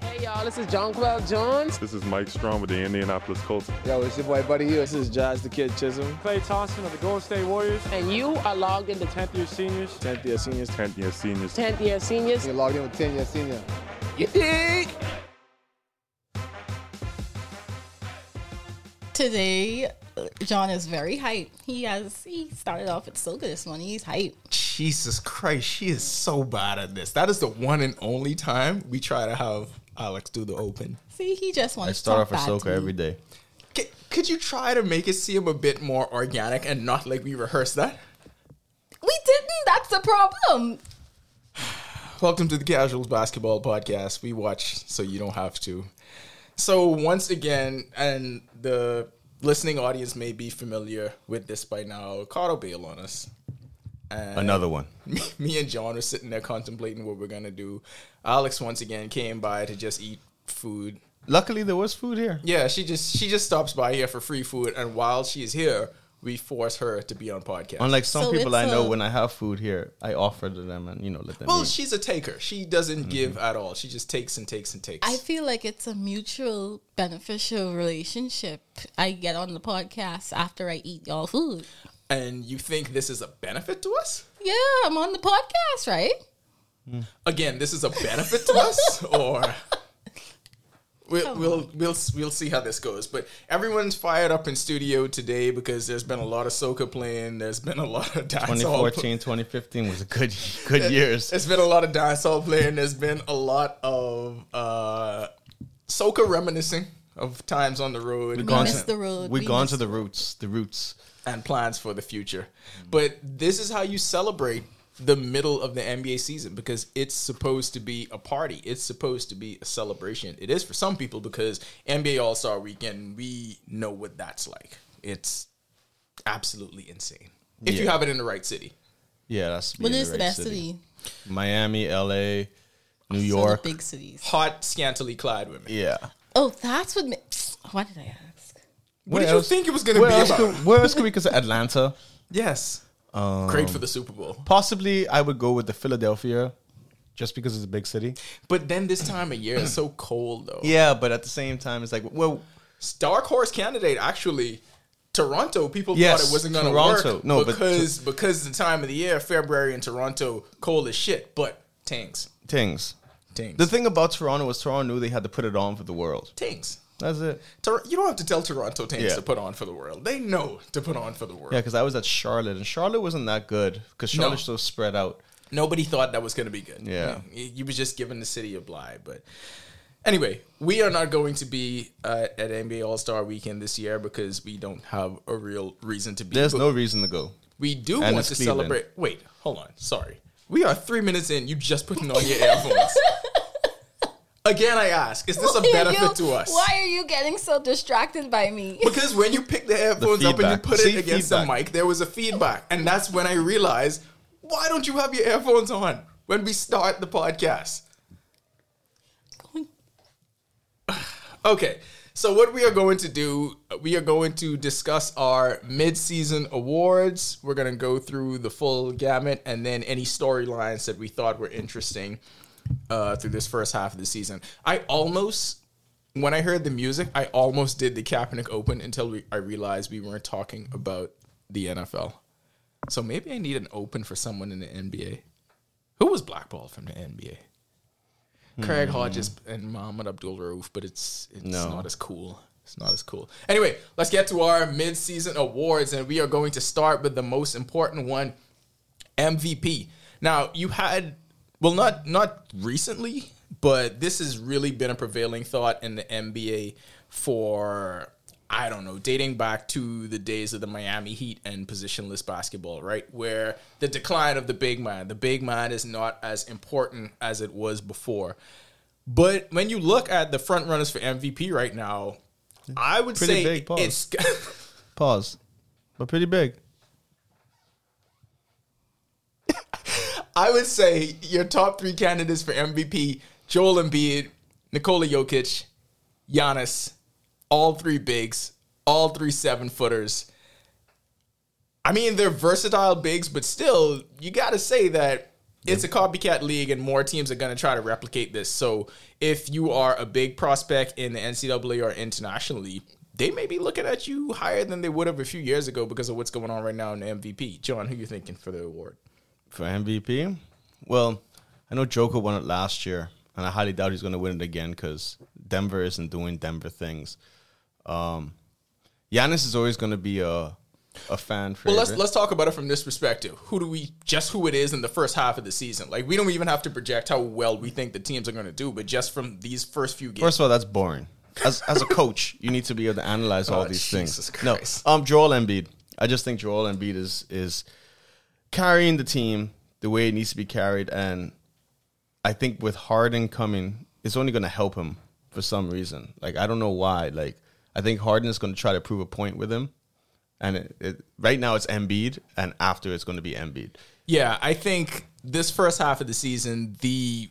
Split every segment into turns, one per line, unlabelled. Hey y'all, this is Jonquel Jones.
This is Mike Strong with the Indianapolis Colts.
Yo, it's your boy Buddy Hill. This is Josh the Kid Chisholm.
Clay Thompson of the Golden State Warriors.
And you are logged into
10th year seniors.
10th year seniors.
10th year seniors.
10th year seniors.
You're logged in with 10 year senior.
You dig?
Today, John is very hype. He has he started off with so good this morning. He's hype.
Jesus Christ, she is so bad at this. That is the one and only time we try to have Alex do the open.
See, he just
I
wants to
start
talk
off with
back to
Soka
me.
every day.
C- could you try to make it seem a bit more organic and not like we rehearsed that?
We didn't. That's the problem.
Welcome to the Casuals Basketball Podcast. We watch so you don't have to. So, once again, and the listening audience may be familiar with this by now, Carter bail on us. And
Another one.
me, me and John are sitting there contemplating what we're going to do. Alex, once again, came by to just eat food
Luckily, there was food here.
Yeah, she just she just stops by here for free food, and while she is here, we force her to be on podcast.
Unlike some
So
people
it's
I know,
a-
when I have food here, I offer to them and you know let them.
well,
eat.
she's a taker. She doesn't give at all. She just takes and takes and takes.
I feel like it's a mutual beneficial relationship. I get on the podcast after I eat y'all food.
and you think this is a benefit to us?
Yeah, I'm on the podcast, right?
Again, this is a benefit to us, or we'll we'll, we'll we'll see how this goes. But everyone's fired up in studio today because there's been a lot of soca playing. There's been a lot of dancehall.
2014, 2015 was a good good years.
It's been a lot of dancehall playing. There's been a lot of uh, soca reminiscing of times on the road and,
gone miss the road.
We've
We
gone
miss
to the roots. The roots.
and plans for the future. But this is how you celebrate the middle of the NBA season because it's supposed to be a party. It's supposed to be a celebration. It is for some people because NBA All Star Weekend. We know what that's like. It's absolutely insane if you
Yeah.
have it in the right city.
Yeah, that's.
What
being
is the
right
best city?
Miami, LA, New
So the
York.
big cities.
Hot, scantily clad women.
yeah.
Oh, that's what. Ma- Why did I ask?
What did you think it was going to
Where
be
else,
about?
could, where else could we consider Atlanta?
Yes. Great for the Super Bowl.
Possibly, I would go with the Philadelphia, just because it's a big city.
But then this time of year is so cold though.
Yeah, but at the same time, it's like well,
Dark horse candidate actually Toronto people
Yes,
thought it wasn't going to
Toronto.
work
No, but
because because the time of the year February in Toronto cold as shit, but tanks.
things.
Tanks.
The thing about Toronto was Toronto knew they had to put it on for the world.
tanks.
That's it.
Tor- you don't have to tell Toronto tanks
Yeah.
to put on for the world. They know to put on for the world.
Yeah, because I was at Charlotte, and Charlotte wasn't that good because
No.
Charlotte's so spread out.
Nobody thought that was going to be good.
Yeah.
You you was just giving the city a bly. But anyway, we are not going to be uh, at NBA All Star Weekend this year because we don't have a real reason to be.
There's
But
no reason to go.
We do
And
want
it's
to
Cleveland.
celebrate. Wait, hold on. Sorry. We are three minutes in. You just putting on your earphones. Again, I ask, is this a
Why are
benefit
you-
to us?
Why are you getting so distracted by me?
Because when you pick the earphones up and you
feedback.
put it
See,
against the
feedback.
mic, there was a feedback. And that's when I realized, why don't you have your earphones on when we start the podcast? Okay. So what we are going to do, we are going to discuss our mid-season awards. We're going to go through the full gamut and then any storylines that we thought were interesting uh, through this first half of the season. I almost, when I heard the music, I almost did the Kaepernick Open until we, I realized we weren't talking about the NFL. So maybe I need an open for someone in the NBA. Who was blackballed from the NBA? Craig Hodges and Muhammad Abdul Rauf, but it's it's not as cool. It's not as cool. Anyway, let's get to our mid-season awards, and we are going to start with the most important one, MVP. Now you had well not not recently, but this has really been a prevailing thought in the NBA for I don't know, dating back to the days of the Miami Heat and positionless basketball, right? Where the decline of the big man, the big man is not as important as it was before. But when you look at the front runners for MVP right now, I would
Pretty
say
big pause.
it's
Pause. But pretty big.
I would say your top three candidates for MVP: Joel Embiid, Nikola Jokic, Giannis. All three bigs, all three seven footers. I mean, they're versatile bigs, but still, you got to say that it's a copycat league, and more teams are going to try to replicate this. So if you are a big prospect in the NCAA or internationally, they may be looking at you higher than they would have a few years ago because of what's going on right now in the MVP. John, who you thinking for the award?
for MVP. Well, I know Joker won it last year, and I highly doubt he's going to win it again because Denver isn't doing Denver things. Um, Giannis is always going to be a a fan favorite.
Well, let's let's talk about it from this perspective. Who do we just who it is in the first half of the season? Like we don't even have to project how well we think the teams are going to do, but just from these first few games.
First of all, that's boring. As as a coach, you need to be able to analyze all
Oh,
these
Jesus
things.
Christ.
No, um, Joel Embiid. I just think Joel Embiid is is carrying the team the way it needs to be carried, and I think with Harden coming, it's only going to help him for some reason. Like I don't know why. Like I think Harden is going to try to prove a point with him, and it, it, right now it's Embiid, and after it's going to be Embiid.
Yeah, I think this first half of the season, the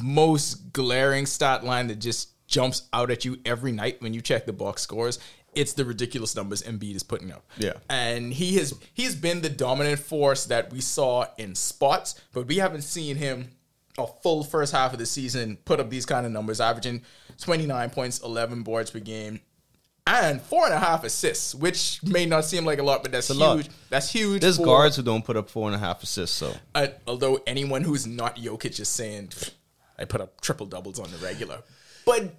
most glaring stat line that just jumps out at you every night when you check the box scores, it's the ridiculous numbers Embiid is putting up.
Yeah.
And he has he's been the dominant force that we saw in spots, but we haven't seen him a full first half of the season put up these kind of numbers, averaging 29 points, 11 boards per game. And four and a half assists, which may not seem like a lot, but that's
a
huge.
lot.
That's huge.
There's
for-
guards who don't put up four and a half assists, so
uh, although anyone who's not Jokic is saying, "Pfft, I put up triple doubles on the regular. But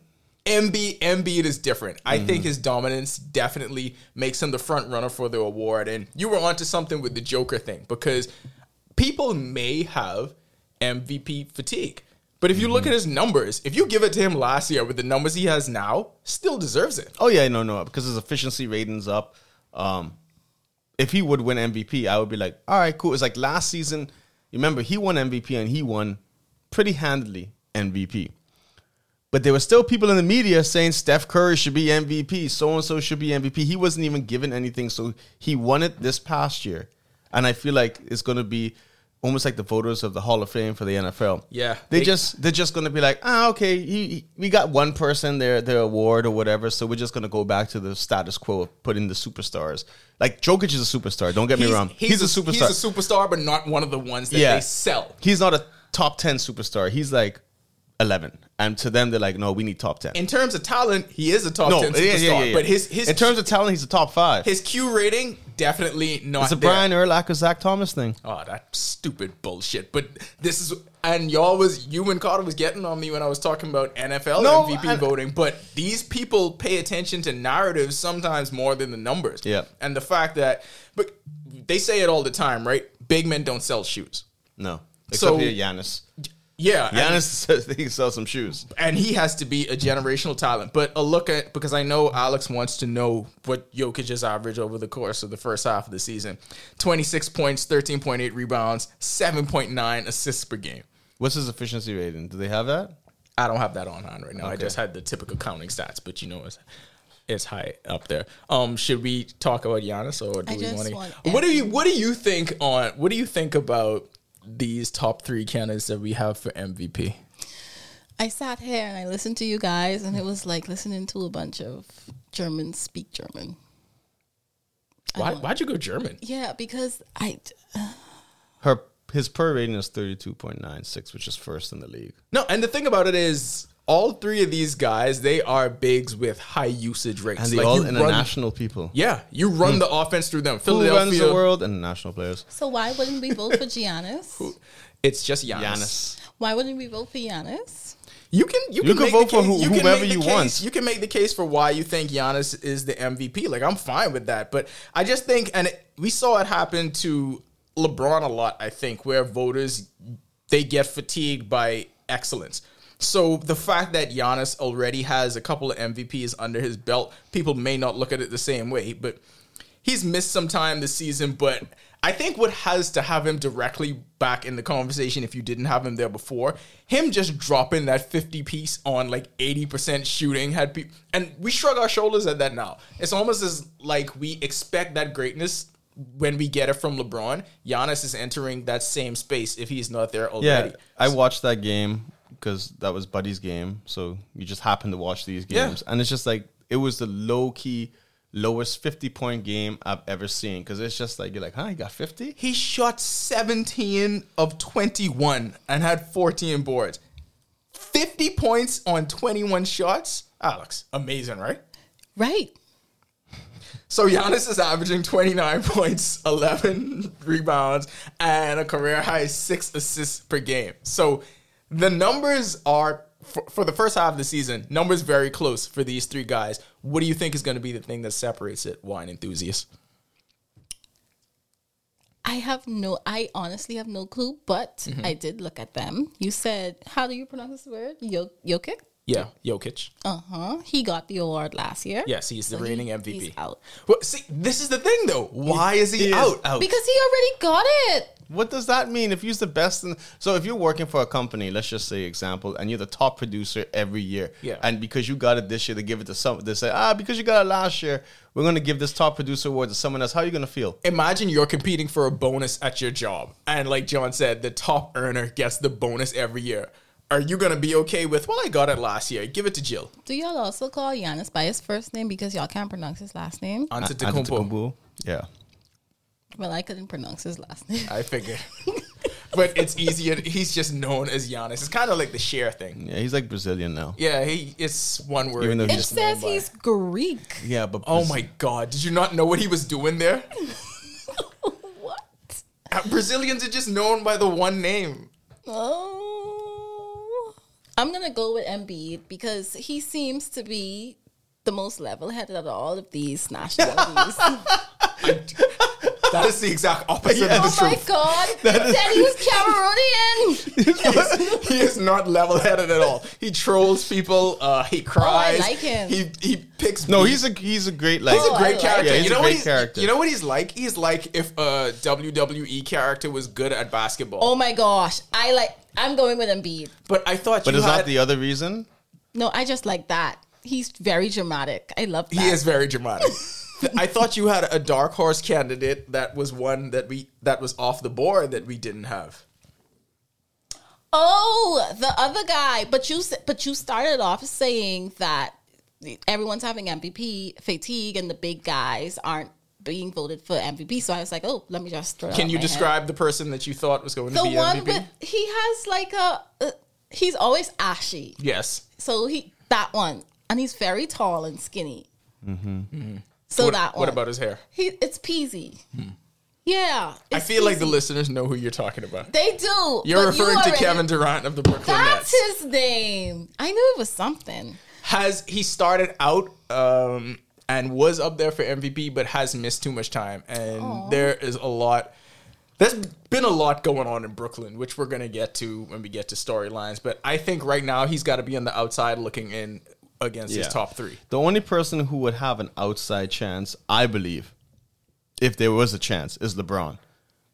MB Embiid is different. I
Mm-hmm.
think his dominance definitely makes him the front runner for the award. And you were onto something with the Joker thing because people may have MVP fatigue. But if you
Mm-hmm.
look at his numbers, if you give it to him last year with the numbers he has now, still deserves it.
Oh yeah, no, no, because his efficiency ratings up. Um, if he would win MVP, I would be like, all right, cool. It's like last season. Remember, he won MVP and he won pretty handily MVP. But there were still people in the media saying Steph Curry should be MVP, so and so should be MVP. He wasn't even given anything, so he won it this past year, and I feel like it's going to be almost like the voters of the Hall of Fame for the NFL.
Yeah.
they,
They-
just they're just going to be like, ah, okay, he, he- we got one person their their award or whatever, so we're just going to go back to the status quo of putting the superstars. Like Jokic is a superstar. Don't get me wrong, he's, a superstar.
He's a superstar, but not one of the ones that they sell.
He's not a top 10 superstar. He's like 11. And to them, they're like, no, we need top 10.
In terms of talent, he is a top
no,
ten superstar.
yeah, yeah, yeah, yeah.
But his his
in terms of talent, he's a top five.
His Q rating definitely not.
it's a
there.
Brian Urlacher, Zach Thomas thing.
Oh, that stupid bullshit. But this is and y'all was you and Carter was getting on me when I was talking about NFL
No,
MVP
I-
voting. But these people pay attention to narratives sometimes more than the numbers.
Yeah.
and the fact that but they say it all the time, right? Big men don't sell shoes.
No. Except
So-
so, here, Giannis.
Yeah, and-
Giannis says he can sell some shoes.
and he has to be a generational talent. But a look at because I know Alex wants to know what Jokic's average over the course of the first half of the season: twenty six points, thirteen point eight rebounds, seven point nine assists per game.
What's his efficiency rating? Do they have that?
I don't have that on hand right now. I just had the typical counting stats, but you know it's it's high up there. Um, should we talk about Giannis or do
I
we
just
wanna,
want
What do you What do you think on What do you think about these top three candidates that we have for MVP?
I sat here and I listened to you guys, and it was like listening to a bunch of Germans speak German.
Why, why'd you go German?
Yeah, because I
Her His per rating is 32.96, which is first in the league.
No, and the thing about it is, all three of these guys, they are bigs with high usage rates.
And they're
Like,
all
you run-
international people.
yeah, you run the offense through them.
Who runs the
Philadelphia,
world? International players.
so why wouldn't we vote for Giannis?
it's just Giannis.
Why wouldn't we vote for Giannis?
You can you, can
You can
make
vote
the
for
case-
who-
can
whomever
make the
you
case-
want.
You can make the case for why you think Giannis is the MVP. Like I'm fine with that, but I just think, and it, we saw it happen to LeBron a lot. I think where voters they get fatigued by excellence. So the fact that Giannis already has a couple of MVPs under his belt, people may not look at it the same way, but he's missed some time this season, but I think what has to have him directly back in the conversation if you didn't have him there before, him just dropping that 50 piece on like 80% shooting had people and we shrug our shoulders at that now. It's almost as like we expect that greatness when we get it from LeBron. Giannis is entering that same space if he's not there
Yeah,
already.
I watched that game because that was Buddy's game. So you just happen to watch these
Yeah.
games, and it's just like it was the low key lowest 50 point game I've ever seen. Cause it's just like, you're like, huh, he got 50?
He shot 17 of 21 and had 14 boards. 50 points on 21 shots. Alex, amazing, right?
Right.
So Giannis is averaging 29 points, 11 rebounds, and a career high six assists per game. So the numbers are for, for the first half of the season, numbers very close for these three guys. What do you think is going to be the thing that separates it, wine enthusiasts?
I have no, I honestly have no clue, but I did look at them. You said, how do you pronounce this word? Yo- Jokic?
Yeah, Jokic.
Uh huh. He got the award last year.
Yes, he's the
So he-
reigning MVP.
He's out.
Well, see, this is the thing though. Why is he, out? Uh,
out.
Because he already got it.
What does that mean? If you're the best, in, so if you're working for a company, let's just say example, and you're the top producer every year,
Yeah.
and because you got it this year, they give it to some. They say, ah, because you got it last year, we're gonna give this top producer award to someone else. How are you gonna feel?
Imagine you're competing for a bonus at your job, and like John said, the top earner gets the bonus every year. Are you gonna be okay with? Well, I got it last year. Give it to Jill.
Do y'all also call Giannis by his first name because y'all can't pronounce his last name?
Antetokounmpo.
Antetokounmpo. Yeah.
well, I couldn't pronounce his last name.
I figure. but it's easier. He's just known as Giannis. It's kind of like the share thing.
Yeah, he's like Brazilian now.
Yeah, he. It's one word.
Even though
He's
it
he's-
just known
says
by-
he's Greek.
Yeah, but
Oh my God! Did you not know what he was doing there?
What?
Uh, Brazilians are just known by the one name.
Oh. I'm going to go with Embiid because he seems to be the most level headed out of all of these nationalities.
That is the exact opposite of the
oh my
truth.
God. Said he was Cameroonian.
he is not level-headed at all. He trolls people. Uh, he cries.
Oh, like him.
He he picks.
No,
beef.
he's a he's a great like
He's a
Oh,
great
I like
character.
Yeah,
you
he's
know
a
what
great
he's,
character.
You know what he's like? He's like if a WWE character was good at basketball.
oh my gosh. I like, I'm going with Embiid.
But I thought
but
you
is
had,
that the other reason?
No, I just like that. He's very dramatic. I love that.
He is very dramatic. I thought you had a dark horse candidate that was one that we that was off the board that we didn't have.
Oh, the other guy. But you s- but you started off saying that everyone's having MVP fatigue and the big guys aren't being voted for MVP. So I was like, oh, let me just throw. it
Can
out
you
my head.
describe the person that you thought was going
the
to be
one
MVP?
with he has like a uh, he's always ashy.
yes.
So he that one and he's very tall and skinny. So
Mm-hmm. What,
that one.
what about his hair?
He, it's peasy. Yeah,
I
it's
feel like the
peasy.
listeners know who you're talking about.
They do.
You're
but you
referring to
already-
Kevin Durant of the Brooklyn
That's
Nets.
his name. I knew it was something.
has he started out um, and was up there for MVP, but has missed too much time. And there is a lot. There's been a lot going on in Brooklyn, which we're gonna get to when we get to storylines. But I think right now he's got to be on the outside looking in against his
Yeah.
top three.
The only person who would have an outside chance, I believe, if there was a chance, is LeBron.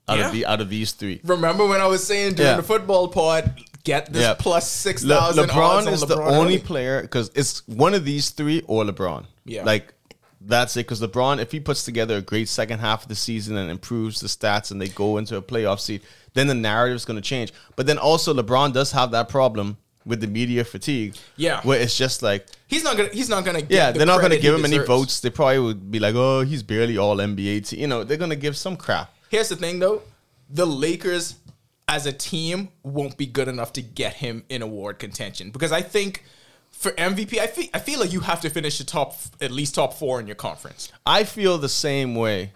Out
Yeah.
of the out of these three.
Remember when I was saying during
Yeah.
the football pod, get this
Yeah.
plus six
Le-
thousand.
LeBron is the only
early.
player because it's one of these three or LeBron.
Yeah.
like that's it. Because LeBron, if he puts together a great second half of the season and improves the stats, and they go into a playoff seed, then the narrative is going to change. But then also LeBron does have that problem with the media fatigue.
Yeah.
where it's just like.
He's not gonna. He's not gonna. Get
Yeah,
the
they're not going to
credit
give
he
him any
deserves.
votes. They probably would be like, "Oh, he's barely all NBA." Team. You know, they're going to give some crap.
Here's the thing though, the Lakers as a team won't be good enough to get him in award contention because I think for MVP, I feel I feel like you have to finish the top at least top four in your conference.
I feel the same way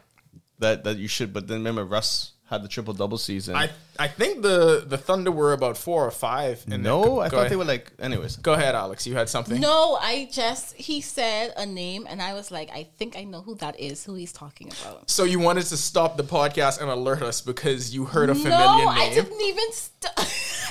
that that you should. But then remember, Russ had the triple double season.
I I think the the Thunder were about four or five. In that-
No,
go
I thought
ahead.
they were like. Anyways,
Go ahead, Alex. You had something.
No, I just he said a name and I was like, I think I know who that is, who he's talking about.
So you wanted to stop the podcast and alert us because you heard a
No,
familiar
I
name.
didn't even. St-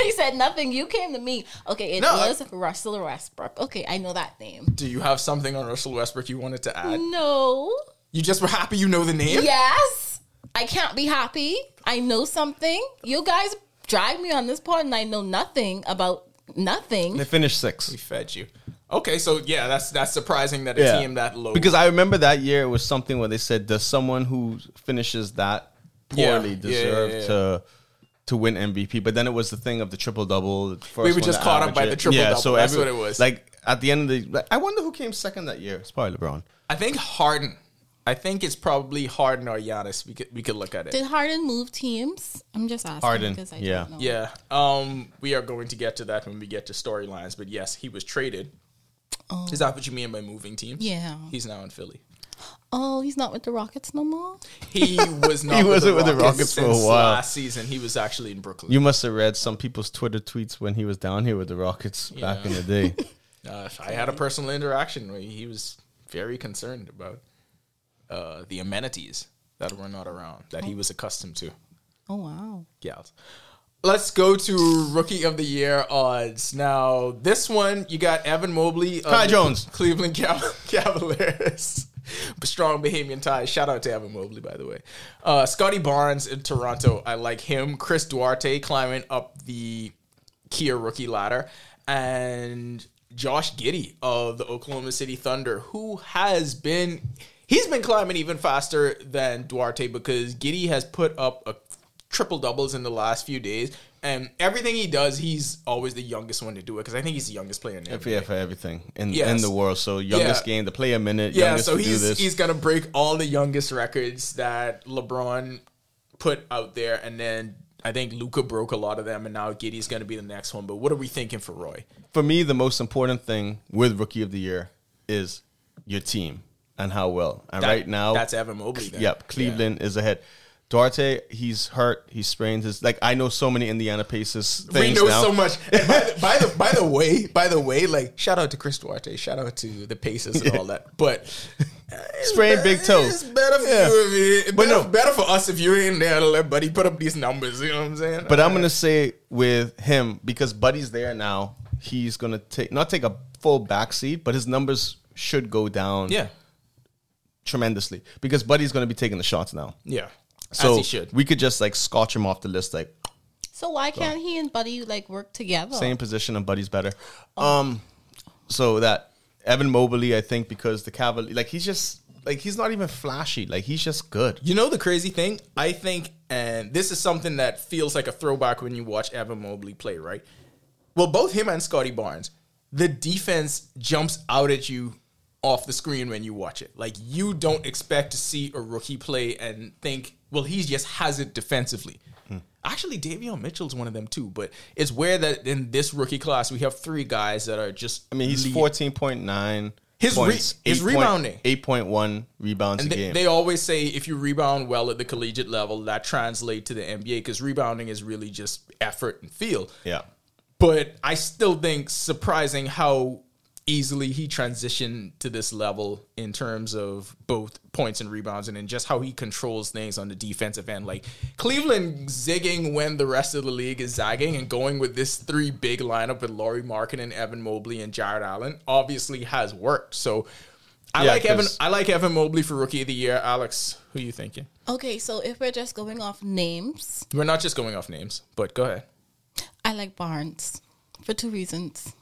I said nothing. You came to me. Okay, it
No, I-
was Russell Westbrook. Okay, I know that name.
Do you have something on Russell Westbrook you wanted to add?
No.
You just were happy you know the name.
Yes, I can't be happy. I know something. You guys drag me on this part, and I know nothing about nothing.
they finished six.
We fed you. Okay, so yeah, that's that's surprising that a team that low
Because I remember that year it was something where they said, "Does someone who finishes that
Yeah.
poorly
Yeah, yeah,
deserve
yeah.
to to win MVP?" But then it was the thing of the triple double.
We were just caught up by the triple-double. That's what it was.
Like at the end of the, like, I wonder who came second that year. It's probably LeBron.
I think Harden. I think it's probably Harden or Giannis. We could we could look at it.
Did Harden move teams? I'm just asking
Harden,
because I
yeah.
don't know.
yeah. Um. We are going to get to that when we get to storylines. But yes, he was traded. Is that what you mean by moving teams?
Yeah.
He's now in Philly.
Oh, he's not with the Rockets no more.
He was not.
He
with
wasn't with the Rockets for a
since
while.
Last season, he was actually in Brooklyn.
You must have read some people's Twitter tweets when he was down here with the Rockets back in the day.
Uh, I had a personal interaction where he was very concerned about uh, the amenities that were not around that he was accustomed to.
Oh wow.
Gals. Let's go to rookie of the year odds. Now, this one you got Evan Mobley, of
Ty
the
Jones.
Cleveland Cav- Cavaliers, strong Bahamian tie. Shout out to Evan Mobley, by the way. Uh, Scotty Barnes in Toronto. I like him. Chris Duarte climbing up the Kia rookie ladder, and Josh Giddy of the Oklahoma City Thunder, who has been he's been climbing even faster than Duarte because Giddy has put up a triple doubles in the last few days, and everything he does, he's always the youngest one to do it because I think he's the youngest player in the NBA.
Yeah, for everything in, in
Yes.
the world. So youngest
Yeah.
game to play a minute.
Yeah,
youngest
so
to do
he's
this.
he's gonna break all the youngest records that LeBron put out there, and then I think Luca broke a lot of them, and now Giddy's gonna be the next one. But what are we thinking for Roy?
for me, the most important thing with Rookie of the Year is your team and how well. And
That-
right now,
that's Evan Mobley. Then.
Yep, Cleveland is ahead. Duarte, he's hurt. He sprained his like. I know so many Indiana Pacers
We
things
know
now.
so much. And by, the, by the by the way, by the way, like shout out to Chris Duarte, shout out to the Pacers and all that. But
Sprained big toe.
It's better for
Yeah.
you if it,
But
better,
no.
better for us if you ain't there to let Buddy put up these numbers. You know what I'm saying?
But I'm gonna say with him because Buddy's there now. He's gonna take not take a full backseat, but his numbers should go down
yeah,
tremendously because Buddy's gonna be taking the shots now.
yeah.
So
As he should.
we could just like scotch him off the list, like
So why can't he and Buddy like work together?
same position and Buddy's better. Um, so that Evan Mobley, I think, because the Cavalier, like he's just like he's not even flashy, like he's just good.
You know the crazy thing? I think, and this is something that feels like a throwback when you watch Evan Mobley play, right? Well, both him and Scotty Barnes, the defense jumps out at you off the screen when you watch it. Like you don't expect to see a rookie play and think, well, he just has it defensively.
Hmm.
Actually, Davion Mitchell's one of them too, but it's where that in this rookie class we have three guys that are just.
I mean, he's fourteen point nine.
His re- his rebounding.
eight point one rebounds a
And they,
game.
they always say if you rebound well at the collegiate level, that translate to the NBA because rebounding is really just effort and feel.
yeah,
But I still think surprising how easily he transitioned to this level in terms of both points and rebounds and in just how he controls things on the defensive end. Like Cleveland zigging when the rest of the league is zagging and going with this three big lineup with Laurie Markin and Evan Mobley and Jared Allen obviously has worked. So I
Yeah,
like Evan
'cause-
I like Evan Mobley for rookie of the year. Alex, who you thinking?
Okay, so if we're just going off names,
We're not just going off names, but go ahead.
I like Barnes for two reasons.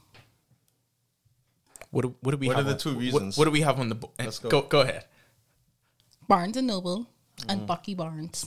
What do, what do we
What
have
are the
on-
two
what-
reasons?
What, do we have on the bo- eh,
Let's go.
go go ahead.
Barnes and Noble and
Mm.
Bucky Barnes.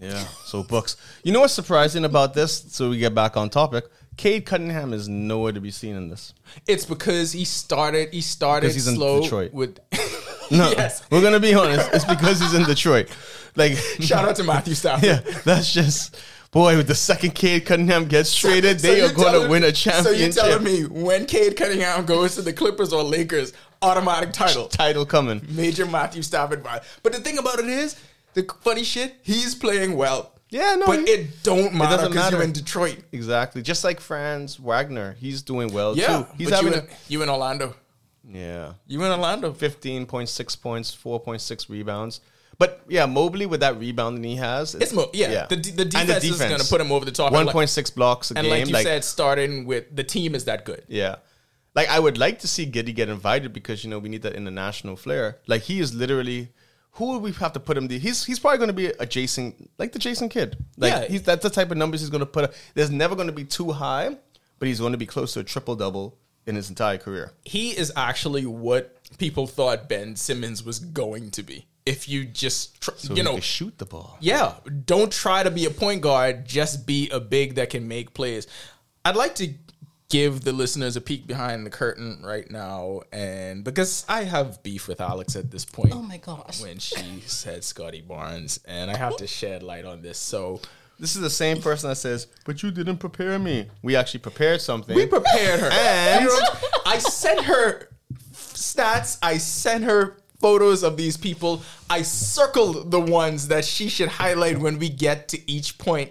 yeah. So books. You know what's surprising about this? So we get back on topic. Cade Cunningham is nowhere to be seen in this.
It's because he started. He started
Because he's in
slow
Detroit.
with.
No,
Yes.
we're gonna be honest. It's because he's in Detroit. Like
Shout out to Matthew Stafford.
Yeah, that's just boy. With the second kid Cunningham gets traded, they
you're
are going
telling-
to win a
So you're
championship.
telling me when Cade Cunningham goes to the Clippers or Lakers, automatic title,
title coming?
major Matthew Stafford vibe. But the thing about it is, the funny shit, he's playing well.
Yeah, no,
but
he-
it don't matter
doesn't
because you're
matter.
in Detroit.
Exactly, just like Franz Wagner, he's doing well
Yeah,
too. He's
but
having
you in, you in Orlando.
a- yeah,
You in Orlando.
fifteen point six points, four point six rebounds. But yeah, Mobley with that rebounding he has,
It's mo- yeah, the de- the
And
defense is gonna put him over the top. And
One
like-
point six blocks a
And
game.
like you said, starting with the team is that good.
Yeah. Like I would like to see Giddy get invited because you know we need that international flair. Like he is literally who would we have to put him? The, he's he's probably going to be a Jason like the Jason Kidd. Like
Yeah.
he's that's the type of numbers he's going to put up. There's never going to be too high, but he's going to be close to a triple double in his entire career.
he is actually what people thought Ben Simmons was going to be. If you just, tr-
So
you
he
know,
can shoot the ball.
yeah, don't try to be a point guard. Just be a big that can make plays. I'd like to give the listeners a peek behind the curtain right now, and because I have beef with Alex at this point.
Oh my gosh.
When she said Scotty Barnes, and I have to shed light on this. So
This is the same person that says, "But you didn't prepare me." We actually prepared something.
we prepared her.
And-
You know, I sent her stats. I sent her photos of these people. I circled the ones that she should highlight when we get to each point,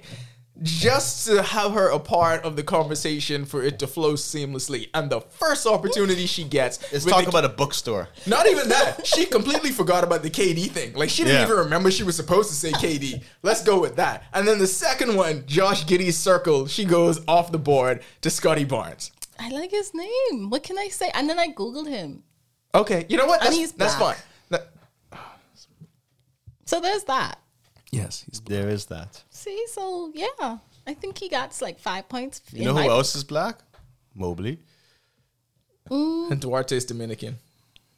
just to have her a part of the conversation for it to flow seamlessly. And the first opportunity she gets,
Let's
with
talk
the-
about a bookstore.
Not even that. She completely forgot about the KD thing. Like she didn't
Yeah.
even remember she was supposed to say KD. Let's go with that. And then the second one, Josh Giddy's circle, she goes off the board to Scotty Barnes.
I like his name. What can I say? And then I googled him.
Okay, you know what?
And
That's,
he's
that's fine.
black.
That-
So there's that.
yes, he's black.
There is that.
See, so yeah, I think he got like five points.
You know who else is black? Mobley.
And Duarte's Dominican.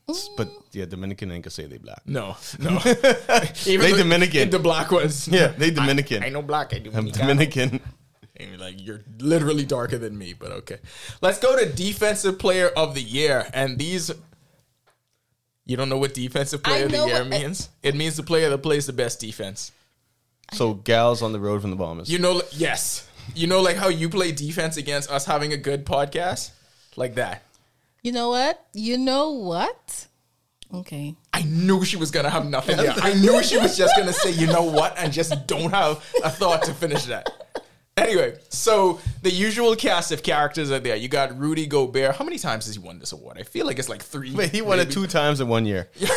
S- But yeah, Dominican ain't gonna say they black.
No, no.
They
the-
Dominican.
The black ones.
Yeah, they Dominican.
I know black. I do.
I'm Dominican.
And you're like, you're literally darker than me, but okay. Let's go to defensive player of the year. And these you don't know what defensive player of the
know
year
what-
means? It means the player that plays the best defense.
So gals on the road from the Bahamas.
You know like- yes. You know like how you play defense against us having a good podcast? Like that.
You know what? You know what? Okay.
I knew she was gonna have nothing. Yeah, I knew she was just gonna say, you know what, and just don't have a thought to finish that. Anyway, so the usual cast of characters are there. You got Rudy Gobert. How many times has he won this award? I feel like it's like three.
Wait, he won
maybe.
it two times in one year.
so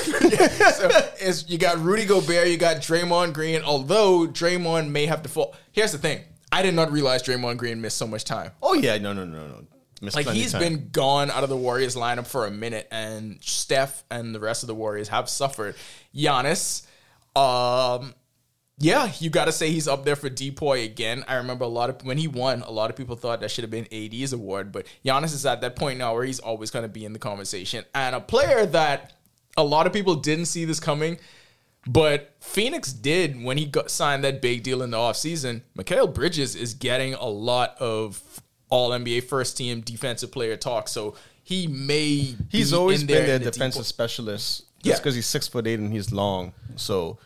it's, you got Rudy Gobert, you got Draymond Green. Although Draymond may have to fall. Here's the thing: I did not realize Draymond Green missed so much time.
Oh yeah, no, no, no, no. Missed
Like
plenty
he's
time.
been gone out of the Warriors lineup for a minute, and Steph and the rest of the Warriors have suffered. Giannis, um, yeah, you got to say he's up there for Depoy again. I remember a lot of when he won, a lot of people thought that should have been AD's award, but Giannis is at that point now where he's always going to be in the conversation. And a player that a lot of people didn't see this coming, but Phoenix did when he got signed that big deal in the offseason. Mikhail Bridges is getting a lot of all NBA first team defensive player talk, so he may
He's
be
always
in
been
there
their
in the
defensive
Depoy-
specialist.
Yeah.
Just because he's six foot eight and he's long. So,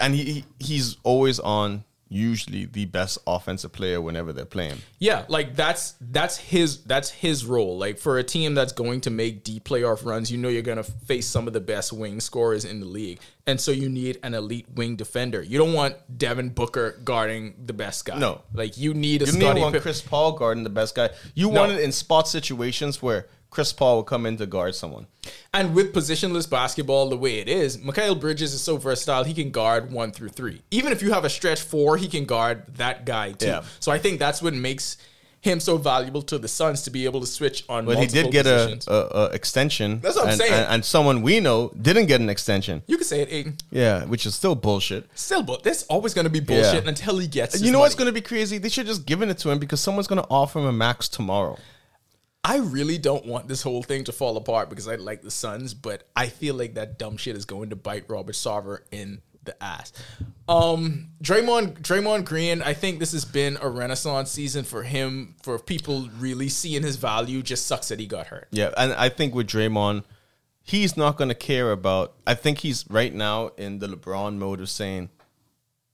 and he, he he's always on usually the best offensive player whenever they're playing.
Yeah, like that's that's his that's his role. Like for a team that's going to make deep playoff runs, you know you're going to face some of the best wing scorers in the league, and so you need an elite wing defender. You don't want Devin Booker guarding the best guy.
No.
like you need a
You didn't
Scottie
want
Pip-
Chris Paul guarding the best guy. You
No.
want it in spot situations where Chris Paul will come in to guard someone.
And with positionless basketball the way it is, Mikhail Bridges is so versatile. He can guard one through three. Even if you have a stretch four, he can guard that guy too.
Yeah.
So I think that's what makes him so valuable to the Suns to be able to switch on.
But he
multiple
did get a,
positions.
a, a extension.
That's what I'm
and,
saying.
And, and someone we know didn't get an extension.
you can say it, Aiden.
Yeah, which is still bullshit.
Still, but that's always going to be bullshit
Yeah.
until he gets.
you know what's going to be crazy? They should just given it to him because someone's going to offer him a max tomorrow.
I really don't want this whole thing to fall apart because I like the Suns, but I feel like that dumb shit is going to bite Robert Sarver in the ass. Um, Draymond, Draymond Green. I think this has been a renaissance season for him, for people really seeing his value. Just sucks that he got hurt.
Yeah, and I think with Draymond, he's not going to care about. I think he's right now in the LeBron mode of saying,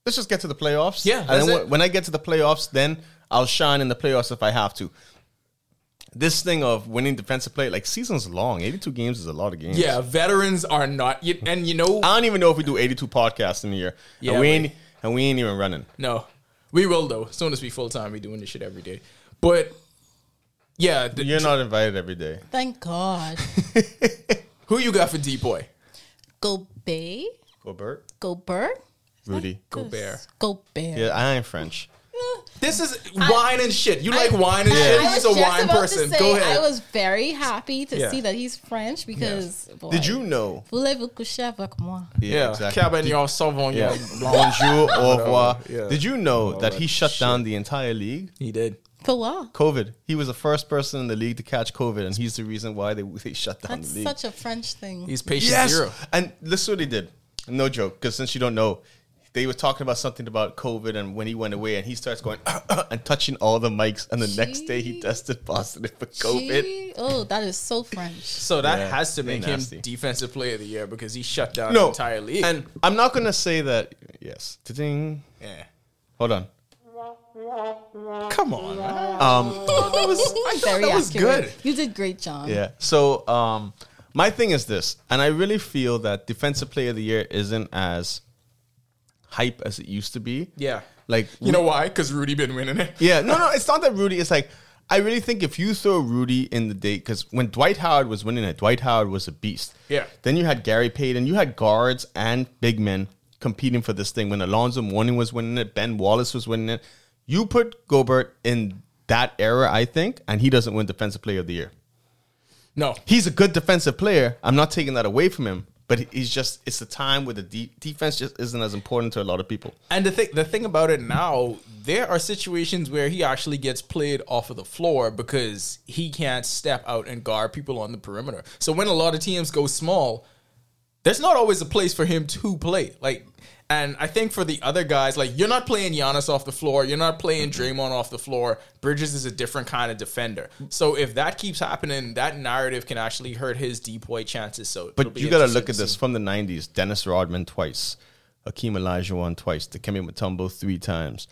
"Let's just get to the playoffs."
Yeah,
and
that's
then when-
it.
when I get to the playoffs, then I'll shine in the playoffs if I have to. This thing of winning defensive play, like season's long. Eighty-two games is a lot of games.
Yeah, veterans are not, you- and you know,
I don't even know if we do eighty-two podcasts in a year.
Yeah,
Yeah, and we
we-
ain't and we ain't even running.
No, we will though. As soon as we full time, we doing this shit every day. But yeah, the,
You're not invited every day.
Thank God.
who you got for D boy?
Go Bay.
Gobert,
Go Bird.
Rudy.
Go bear.
Go Bear.
Yeah, I ain't French.
This is wine and shit. You like wine and
I-
shit.
I was
He's a
just
wine
about to
person.
say,
Go ahead.
I was very happy to
Yeah.
see that he's French because. boy,
Did you know?
Voulez-vous coucher avec moi?
yeah, Cabernet Sauvignon
Yeah.
Blanc.
Bonjour, au revoir.
Yeah.
Did you know that he shut down the entire league?
He did.
For what?
COVID. He was the first person in the league to catch COVID, and he's the reason why they, they shut down
That's
the league.
such a French thing.
He's patient
yes,
zero.
and this is what he did. No joke, because since you don't know, they were talking about something about COVID and when he went away, and he starts going and touching all the mics, and the next day he
Gee.
tested positive for COVID.
Gee, oh, that is so French.
So that
Yeah,
has to
they
make him
nasty.
defensive player of the year because he shut down the
No,
entire league.
And I'm not gonna say that. Yes, ding.
yeah.
Hold on.
Come on, man.
Um,
that was,
thought that was good.
You did great, John.
yeah. So um, my thing is this, and I really feel that defensive player of the year isn't as hype as it used to be.
Yeah.
Like
You know why? Because Rudy been winning it.
Yeah, no, no, it's not that Rudy. It's like I really think if you throw Rudy in the date, because when Dwight Howard was winning it, Dwight Howard was a beast.
Yeah.
Then you had Gary Payton, you had guards and big men competing for this thing. When Alonzo Mourning was winning it, Ben Wallace was winning it. You put Gobert in that era, I think, and he doesn't win Defensive Player of the Year.
No.
He's a good defensive player. I'm not taking that away from him, but he's just it's a time where the de- defense just isn't as important to a lot of people.
And the thing, the thing about it now, there are situations where he actually gets played off of the floor because he can't step out and guard people on the perimeter. So when a lot of teams go small, there's not always a place for him to play. Like, and I think for the other guys, like you're not playing Giannis off the floor, you're not playing
Mm-hmm.
Draymond off the floor. Bridges is a different kind of defender. So if that keeps happening, that narrative can actually hurt his deep point chances. So, it'll
But
be
you got to
interesting
look at
see.
this from the 90s. Dennis Rodman twice, Akeem Olajuwon twice, Dikembe Mutombo three times.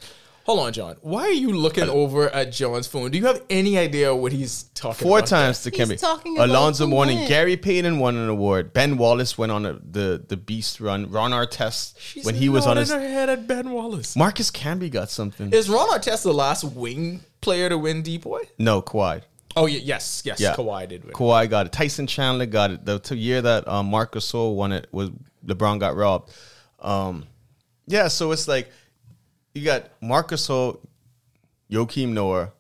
Hold on, John. Why are you looking over at John's phone? Do you have any idea what he's talking
Four
about?
times
He's
Dikembe.
talking about
Alonzo
who
Mourning,
went.
Gary Payton won an award. Ben Wallace went on a, the the beast run. Ron Artest
She's
when he was on
nodding
his
her head at Ben Wallace.
Marcus Camby got something.
Is Ron Artest the last wing player to win DPOY?
no, Kawhi.
Oh yeah, yes, yes.
Yeah.
Kawhi did win.
Kawhi got it. Tyson Chandler got it. The t- year that um, Marcus Gasol won it was LeBron got robbed. Um, yeah, so it's like you got Marcus Gasol, Joakim Noah,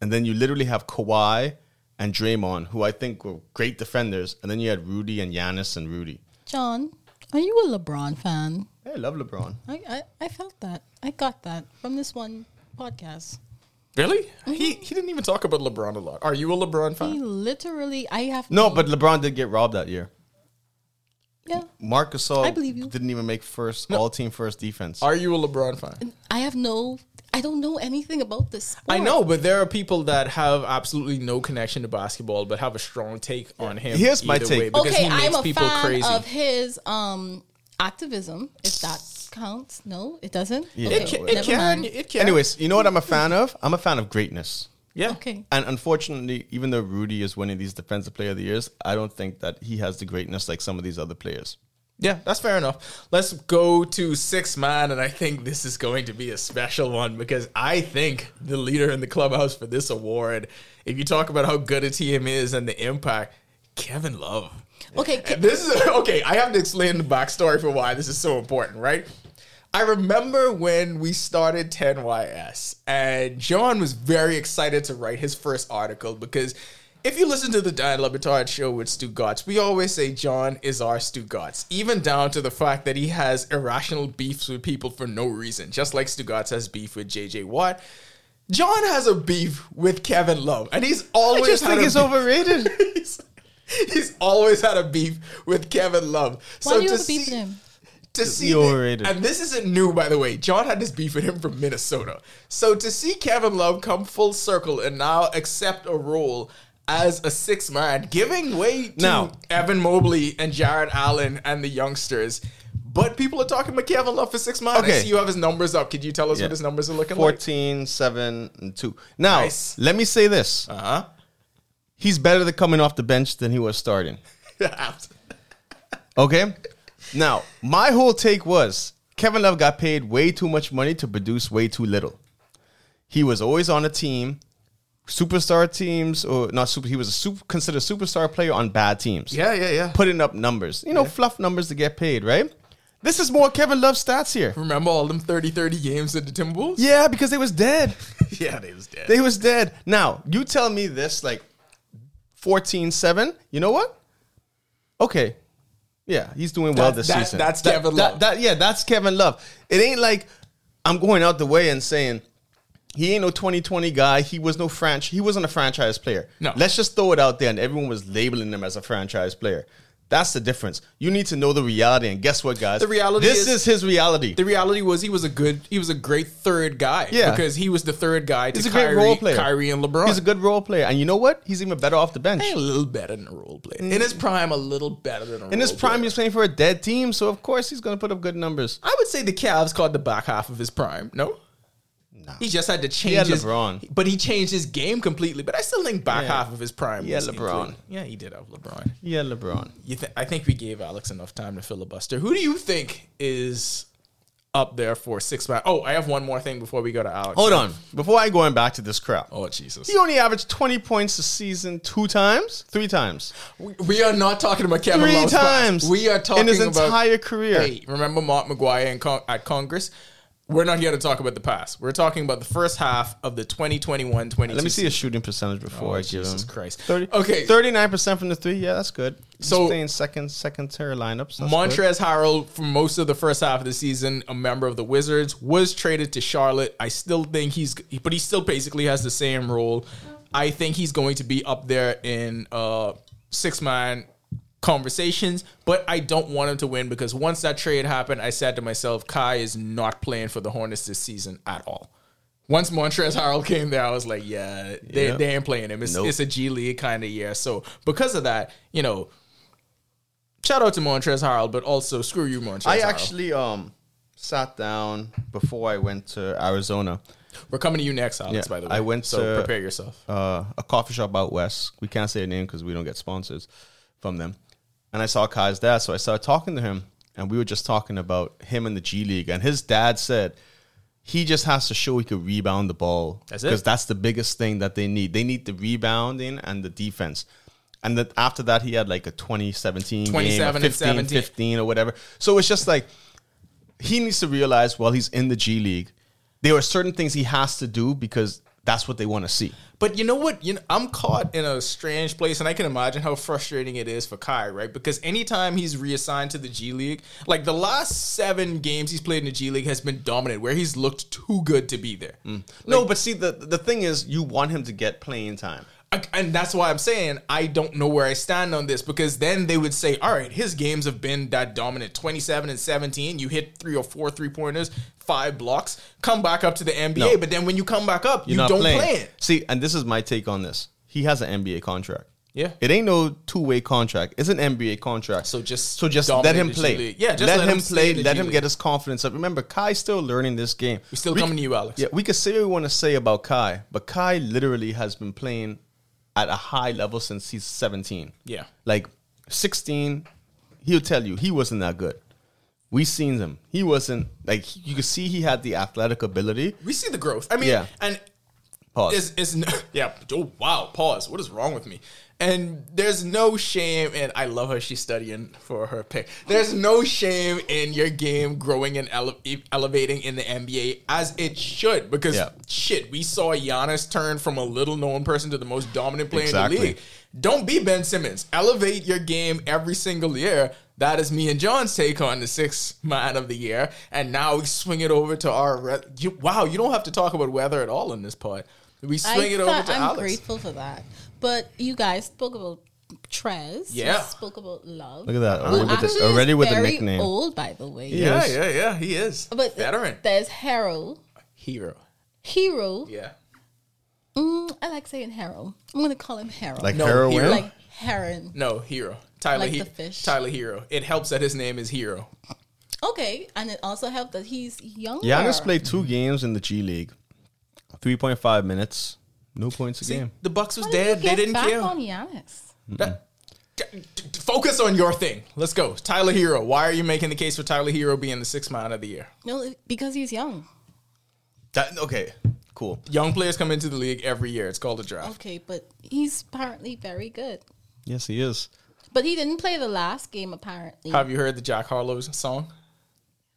and then you literally have Kawhi and Draymond, who I think were great defenders, and then you had Rudy and Giannis and Rudy.
John, are you a LeBron fan?
I love LeBron.
I, I, I felt that. I got that from this one podcast.
Really? He he didn't even talk about LeBron a lot. Are you a LeBron
He
fan?
literally, I have
No, but LeBron did get robbed that year.
yeah,
Marcus Gasol
I believe you.
didn't even make first all team first defense.
Are you a LeBron fan?
I have no, I don't know anything about this.
I
sport.
know, but there are people that have absolutely no connection to basketball, but have a strong take on him.
Here's my
either
take.
way, because
Okay,
he makes
I'm a
people
fan
crazy.
of his um activism. If that counts, no, it doesn't. Yeah,
it can, it can, it can.
Anyways, you know what I'm a fan of? I'm a fan of greatness.
yeah.
Okay.
And unfortunately, even though Rudy is winning these defensive player of the years, I don't think that he has the greatness like some of these other players.
Yeah, that's fair enough. Let's go to six man, and I think this is going to be a special one because I think the leader in the clubhouse for this award, if you talk about how good a team is and the impact, Kevin Love.
Okay. ca-
This is okay. I have to explain the backstory for why this is so important, right? I remember when we started 10YS, and John was very excited to write his first article because if you listen to the Diane Lebitard show with Stu Gotts, we always say John is our Stu Gotts, even down to the fact that he has irrational beefs with people for no reason, just like Stu Gotts has beef with JJ Watt. John has a beef with Kevin Love, and he's always had a beef-
overrated.
he's, he's always had a beef with Kevin Love.
Why do you
to
have a beef
see-
with him?
To see,
overrated.
and this isn't new, by the way. John had this beef with him from Minnesota. So to see Kevin Love come full circle and now accept a role as a six man, giving way to
Now-
Evan Mobley and Jared Allen and the youngsters. But people are talking about Kevin Love for six man. I
Okay.
see you have his numbers up. Could you tell us
Yeah.
what his numbers are looking like?
14, 7, and 2. Now,
Nice.
let me say this.
Uh
He's better than coming off the bench than he was starting.
huh.
Okay? Now, my whole take was Kevin Love got paid way too much money to produce way too little. He was always on a team, superstar teams, or not super, he was a super, considered a superstar player on bad teams.
yeah, yeah, yeah.
putting up numbers. You know, fluff numbers to get paid, right? This is more Kevin Love stats here.
Remember all them 30-30 games at the Timberwolves?
Yeah, because they was dead.
yeah, they was dead.
They was dead. Now, you tell me this like 14-7, you know what? Okay. Yeah, he's doing well
That-
this
that-
season.
that's Kevin
that-
Love.
that- yeah, that's Kevin Love. It ain't like I'm going out the way and saying he ain't no 2020 guy. He was no franchise. He wasn't a franchise player.
No.
Let's just throw it out there and everyone was labeling him as a franchise player. That's the difference. You need to know the reality, and guess what, guys?
The reality
This
is-
is, his reality.
The reality was he was a good, he was a great third guy.
Yeah.
because he was the third guy to
He's a great
Kyrie,
role player.
Kyrie and LeBron.
He's a good role player, and you know what? He's even better off the bench.
Hey, a little better than a role player. In his prime, a little better than a role
In his prime,
player.
he's playing for a dead team, so of course he's going to put up good numbers.
I would say the Cavs caught the back half of his prime. No. He just had to change
had
his,
LeBron.
but he changed his game completely. But I still think back
Yeah.
half of his prime.
He had
was
LeBron.
included. Yeah, he did have LeBron.
Yeah, LeBron.
You th- I think we gave Alex enough time to filibuster. Who do you think is up there for six man? Oh, I have one more thing before we go to Alex.
Hold on, before I going back to this crap.
Oh Jesus!
He only averaged 20 points a season two times, three times.
We- We are not talking about Kevin
Three
Love's past.
times.
We are
In
talking
his
about
entire career.
Hey, remember Mark McGuire in Con- at Congress? We're not here to talk about the past. We're talking about the first half of the 2021-22
Let me see
season.
his shooting percentage before
Oh,
I give
Jesus
him.
Christ.
30,
Okay.
39% from the three. Yeah, that's good. He's
So-
playing second, second tier lineups. That's good.
Montrez Harrell, for most of the first half of the season, a member of the Wizards, was traded to Charlotte. I still think he's, but he still basically has the same role. I think he's going to be up there in uh, six man conversations, but I don't want him to win because once that trade happened, I said to myself, Kai is not playing for the Hornets this season at all. Once Montrez Harrell came there, I was like, yeah, they,
Yeah.
they ain't playing him. It's,
Nope.
it's a G League kind of year. So because of that, you know, shout out to Montrez Harrell, but also screw you, Montrez.
I
Harrell.
actually um sat down before I went to Arizona.
we're coming to you next, Alex.
Yeah,
by the way,
I went
so
to-
prepare yourself.
uh, a coffee shop out west. We can't say their name because we don't get sponsors from them. And I saw Kai's dad, so I started talking to him, and we were just talking about him in the G League. And his dad said he just has to show he could rebound the ball.
That's it.
Because that's the biggest thing that they need. They need the rebounding and the defense. And that after that, he had like a 2017
27
game, or
and
15,
17.
15 or whatever. So it's just like he needs to realize while he's in the G League, there are certain things he has to do because that's what they want to see.
But you know what? You know, I'm caught in a strange place, and I can imagine how frustrating it is for Kai, right? Because anytime he's reassigned to the G League, like the last seven games he's played in the G League has been dominant, where he's looked too good to be there.
No, but see, the the thing is, you want him to get playing time.
I- and that's why I'm saying I don't know where I stand on this because then they would say, all right, his games have been that dominant 27 and 17. You hit three or four three pointers, five blocks, come back up to the NBA.
No.
But then when you come back up, you
You're not
don't
playing.
play it.
See, and this is my take on this. He has an NBA contract.
Yeah.
it ain't no two way contract. It's an NBA contract.
So just
so just
dominate
let him
the G
play.
League. Yeah, just
let,
let him
him
stay
play.
in the
Let
G
him
League.
get his confidence up. Remember, Kai's still learning this game.
We're still
We
coming
c-
to you, Alex.
Yeah, we could say we want to say about Kai, but Kai literally has been playing at a high level since he's 17.
Yeah.
Like 16, he'll tell you he wasn't that good. We seen him. He wasn't like he- you could see he had the athletic ability.
We see the growth. I mean,
Yeah.
and
Pause.
is is no, yeah. Oh wow. Pause. What is wrong with me? And there's no shame, and I love her. She's studying for her pick. There's no shame in your game growing and ele- e, elevating in the NBA as it should, because
Yeah.
shit, we saw Giannis turn from a little known person to the most dominant player
Exactly.
in the league. Don't be Ben Simmons. Elevate your game every single year. That is me and John's take on the sixth man of the year. And now we swing it over to our. Re- you, wow, you don't have to talk about weather at all in this part. We swing it over
thought-
to
I'm
Alex.
grateful for that. But you guys spoke about Trez.
Yeah.
You spoke about love.
Look at that,
Who
already with the-
actually
already
is
with the
very
nickname.
Old, by the way.
Yeah.
Yeah,
Yes.
yeah, yeah. He is.
But
Veteran.
there's Harold.
Hero.
Hero.
Yeah.
Mm, I like saying Harold. I'm gonna call him Harold.
like
No,
heroin.
hero.
like Heron.
No, Hero. Tyler,
Like
he-
the fish.
Tyler Hero. It helps that his name is Hero.
Okay, and it also helped that he's younger.
Giannis played two games in the G League, three point five minutes, no points a game.
The Bucks was
Why
dead.
you get
They didn't
back
care.
on Giannis.
That- Focus on your thing. Let's go. Tyler Hero. Why are you making the case for Tyler Hero being the sixth man of the year?
No, because he's young.
That, okay, cool.
Young players come into the league every year. It's called a draft.
Okay, but he's apparently very good.
Yes, he is.
But he didn't play the last game apparently.
Have you heard the Jack Harlow's song?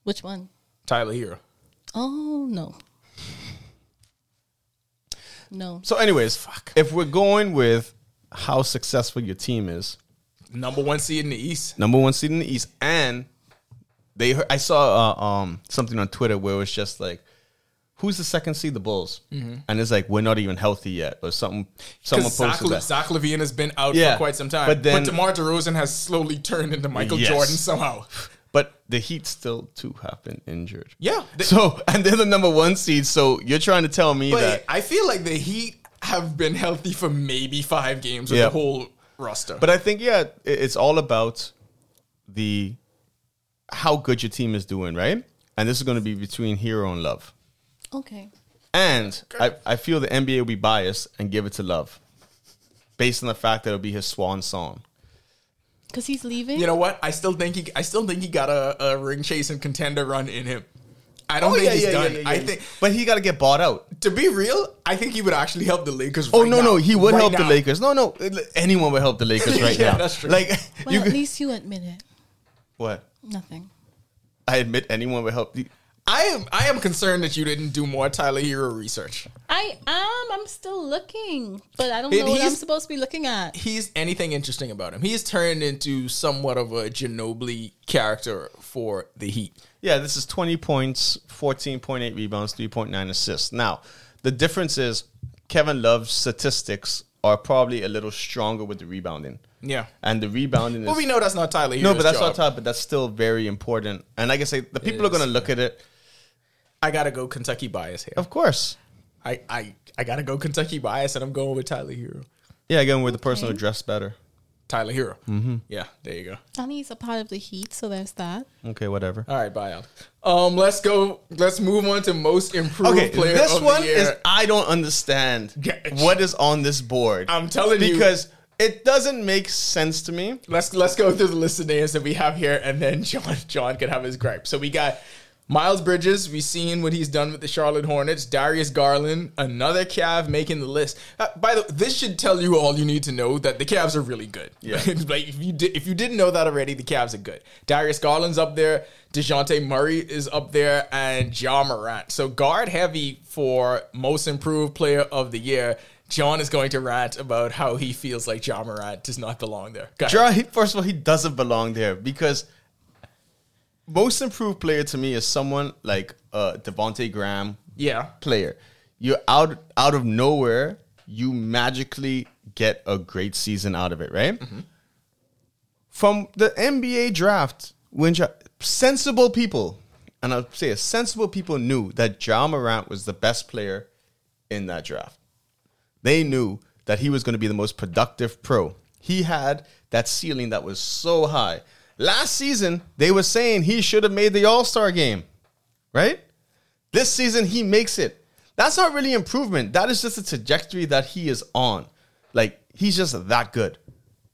Which one?
Tyler Hero.
Oh no. No.
So, anyways, if we're going with how successful your team is,
Number one seed in the East.
number one seed in the East, and they heard, I saw uh, um something on Twitter where it was just like who's the second seed? The Bulls.
Mm-hmm.
And it's like we're not even healthy yet, or something. Someone
Because
posted that.
Zach Levine has been out
Yeah,
for quite some time.
but
But then
then-
DeMar DeRozan has slowly turned into Michael
Yes.
Jordan somehow.
But the Heat still too have been injured.
Yeah, they-
so and they're the number one seed. So you're trying to tell me
But
that?
I feel like the Heat have been healthy for maybe five games with
Yeah.
the whole roster.
But I think yeah, it- it's all about the how good your team is doing, right? And this is going to be between hero and love.
Okay.
And I, I feel the NBA will be biased and give it to Love, based on the fact that it'll be his swan song.
Because he's leaving?
you know what? I still think he. I still think he got a, a ring chasing contender run in him. I
Oh,
don't think Oh, he's done. I think
but he got to get bought out.
to be real, I think he would actually help the Lakers.
Oh
right
no,
now.
no, he would
Right
help the
now.
Lakers. No, no, anyone would help the Lakers right
Yeah,
now.
that's true.
Like
well,
you,
at
could-
least you admit it.
what?
Nothing.
I admit anyone would help. The,
I am. I am concerned that you didn't do more Tyler Hero research.
I am. I'm still looking, but I don't
It-
know what I'm
he's-
supposed to be looking at.
He's anything interesting about him. He's turned into somewhat of a Ginobili character for the Heat.
yeah, this is twenty points, fourteen point eight rebounds, three point nine assists. Now, the difference is Kevin Love's statistics are probably a little stronger with the rebounding.
Yeah.
and the rebounding is
But we know that's not Tyler Hero's
No, but that's
job.
not top, but that's still very important. And like I say, the people are
is,
going to look at it,
I gotta go Kentucky bias here.
of course.
I, I, I gotta go Kentucky bias, and I'm going with Tyler Hero.
Yeah, again, with the person who dressed better.
Tyler Hero.
Mm-hmm.
Yeah, there you go.
Danny's a part of the Heat, so there's that.
Okay, whatever.
All right, bye out. Um, let's go. Let's move on to most improved
Okay,
player.
this
of
one
the year.
is I don't understand
Yeah, it's-
what is on this board.
I'm telling you.
because it doesn't make sense to me.
Let's let's go through the list of names that we have here, and then John John can have his gripe. So we got Miles Bridges. We've seen what he's done with the Charlotte Hornets. Darius Garland, another Cav making the list. Uh, by the this should tell you all you need to know that the Cavs are really good.
Yeah.
like if you did, if you didn't know that already, the Cavs are good. Darius Garland's up there. Dejounte Murray is up there, and Ja Morant. So guard heavy for most improved player of the year. John is going to rant about how he feels like Ja Morant does not belong there. Go ahead.
Gerard, he, first of all, he doesn't belong there because most improved player to me is someone like uh, Devonte Graham,
Yeah.
player. You're out out of nowhere. You magically get a great season out of it, right? From the NBA draft, when Ja- sensible people, and I'll say it, sensible people knew that Ja Morant was the best player in that draft. They knew that he was going to be the most productive pro. He had that ceiling that was so high. Last season, they were saying he should have made the All Star game, right? This season, he makes it. That's not really improvement. That is just a trajectory that he is on. Like, he's just that good.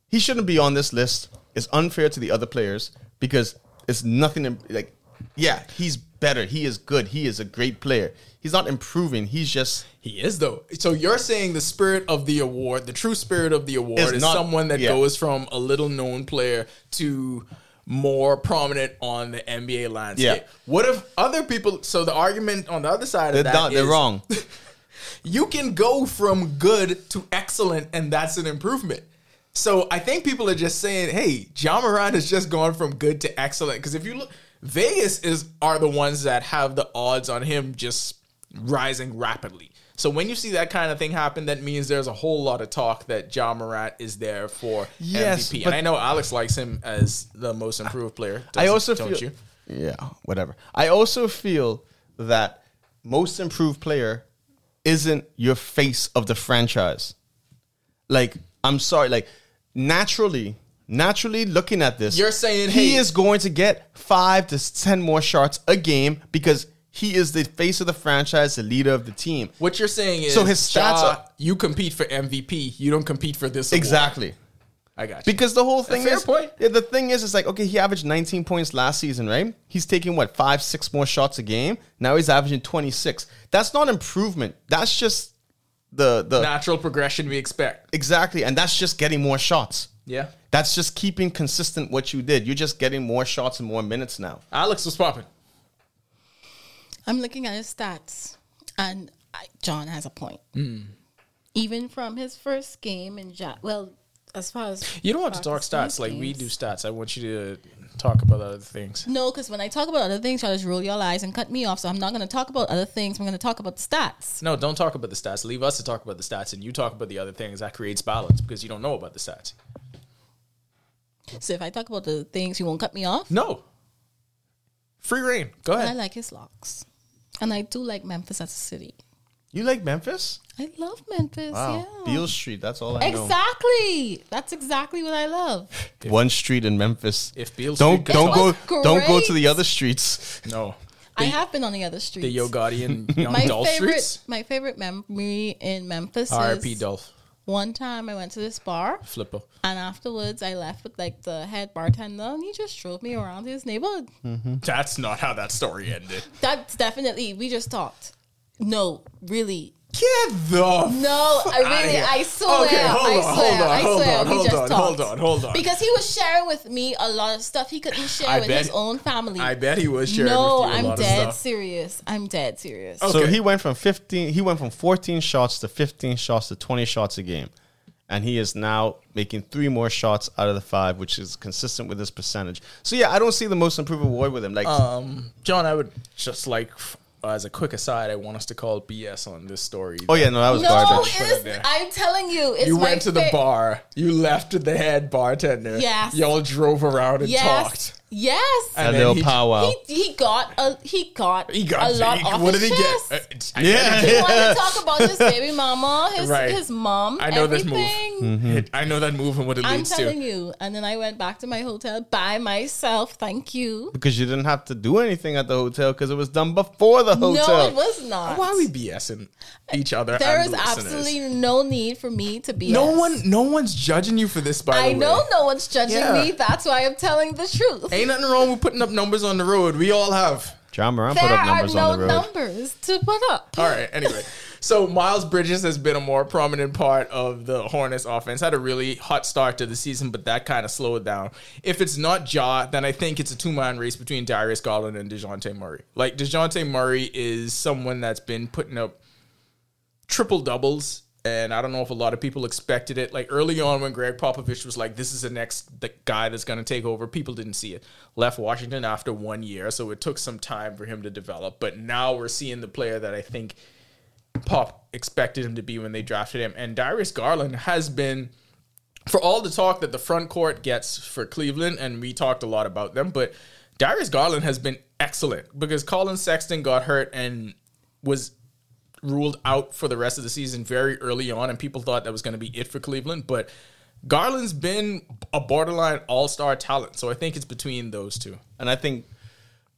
He shouldn't be on this list. It's unfair to the other players because it's nothing. to- Like, yeah, he's better. He is good. He is a great player. He's not improving. He's just
He is though. So you're saying the spirit of the award, the true spirit of the award
Is
is,
not-
someone that
yeah.
goes from a little known player to more prominent on the NBA landscape.
Yeah.
What if other people so the argument on the other side of
they're,
that
not, they're
is
wrong.
you can go from good to excellent and that's an improvement. So I think people are just saying, hey, John Moran has just gone from good to excellent. Because if you look Vegas is are the ones that have the odds on him just rising rapidly. So when you see that kind of thing happen, that means there's a whole lot of talk that John Morant is there for
Yes,
MVP.
but-
And I know Alex likes him as the most improved player.
I
doesn't-
also
don't
feel,
you?
yeah, whatever. I also feel that most improved player isn't your face of the franchise. Like, I'm sorry, like naturally, naturally looking at this,
You're saying,
he
hey-
is going to get five to ten more shots a game because he is the face of the franchise, the leader of the team.
What you're saying is
So his stats
Ja,
are-
you compete for MVP, you don't compete for this award.
Exactly.
I got you.
Because the whole thing
fair
is,
point.
Yeah, the thing is, it's like okay, he averaged 19 points last season, right? He's taking what five, six more shots a game. Now he's averaging 26. That's not improvement. That's just the the
natural progression we expect.
exactly, and that's just getting more shots.
Yeah.
That's just keeping consistent what you did. You're just getting more shots and more minutes now.
Alex was popping.
I'm looking at his stats, and
Hmm.
I, John has a point. Even from his first game in ja- well, as far as
You don't have to talk
Pakistan
stats like we
games.
do stats. I want you to talk about other things.
No, because when I talk about other things, y'all just roll your eyes and cut me off. So I'm not going to talk about other things. I'm going to talk about the stats.
No, don't talk about the stats. Leave us to talk about the stats, and you talk about the other things. That creates balance because you don't know about the stats.
So if I talk about the things, you won't cut me off.
No. Free reign. Go
I
ahead.
like his locks, and I do like Memphis as a city.
You like Memphis?
I love Memphis.
Wow.
Yeah.
Beale Street. That's all I know.
Exactly. That's exactly what I love.
One street in Memphis.
If Beale
don't
Street
don't go
goes- It was
don't go to
great.
the other streets.
No.
I have been on the other streets.
The Yogadian Young
my
Dolph
favorite,
Streets.
my favorite memory in Memphis
R.I.P.
is
Dolph.
one time I went to this bar
Flipper.
and afterwards I left with like the head bartender and he just drove me around his neighborhood.
That's not how that story ended.
That's definitely we just talked. No, really.
Get the f-
No, I
outta
really,
here.
I swear, I swear, I swear, we
hold
just
on,
talked.
hold on, hold on.
Because he was sharing with me a lot of stuff he couldn't share
I
with
bet-
his own family.
I bet he was sharing
no,
with you a
I'm
lot
dead
of stuff.
serious. I'm dead serious.
So
Okay.
he went from 15 he went from 14 shots to 15 shots to 20 shots a game. And he is now making three more shots out of the five, which is consistent with his percentage. So yeah, I don't see the most improved award with him. Like
Oh.
Um, John, I would just like, as a quick aside, I want us to call BS on this story.
oh yeah, no, that was
No,
garbage.
it
Put
is-
it there.
I'm telling you, it's
You
my
went to the
fa-
bar. You left the head bartender.
Yes.
Y'all drove around and
Yes,
talked.
yes.
A
And
little
then he-
powwow.
he, he got a he got,
He got
a lot
he-
off
What
his
did he
chest.
get? Uh, it's- I
Yeah,
know
He
that-
wanted to talk about his baby mama, his
Right.
his mom,
I know this
everything.
move. I know that move and what it
I'm
leads
telling
to.
you. And then I went back to my hotel by myself. Thank you.
because you didn't have to do anything at the hotel because it was done before the hotel.
No, it was not.
Why are we BSing each other?
There
and
is
the listeners?
absolutely no need for me to be.
No
asked.
one, no one's judging you for this. By
I
the
know
way,
no one's judging
Yeah.
me. That's why I'm telling the truth.
ain't nothing wrong with putting up numbers on the road. We all have.
John Moran
there
put up
are
numbers
no
on the road.
numbers to put up.
All right. Anyway, so Miles Bridges has been a more prominent part of the Hornets offense. Had a really hot start to the season, but that kind of slowed down. If it's not Ja, then I think it's a two man race between Darius Garland and DeJounte Murray. Like, DeJounte Murray is someone that's been putting up triple doubles. And I don't know if a lot of people expected it. Like early on, when Greg Popovich was like, "This is the next the guy that's going to take over," people didn't see it. Left Washington after one year, so it took some time for him to develop. But now we're seeing the player that I think Pop expected him to be when they drafted him. And Darius Garland has been, for all the talk that the front court gets for Cleveland, and we talked a lot about them, but Darius Garland has been excellent because Colin Sexton got hurt and was ruled out for the rest of the season very early on, and people thought that was going to be it for Cleveland. But Garland's been a borderline all star talent, so I think it's between those two.
And I think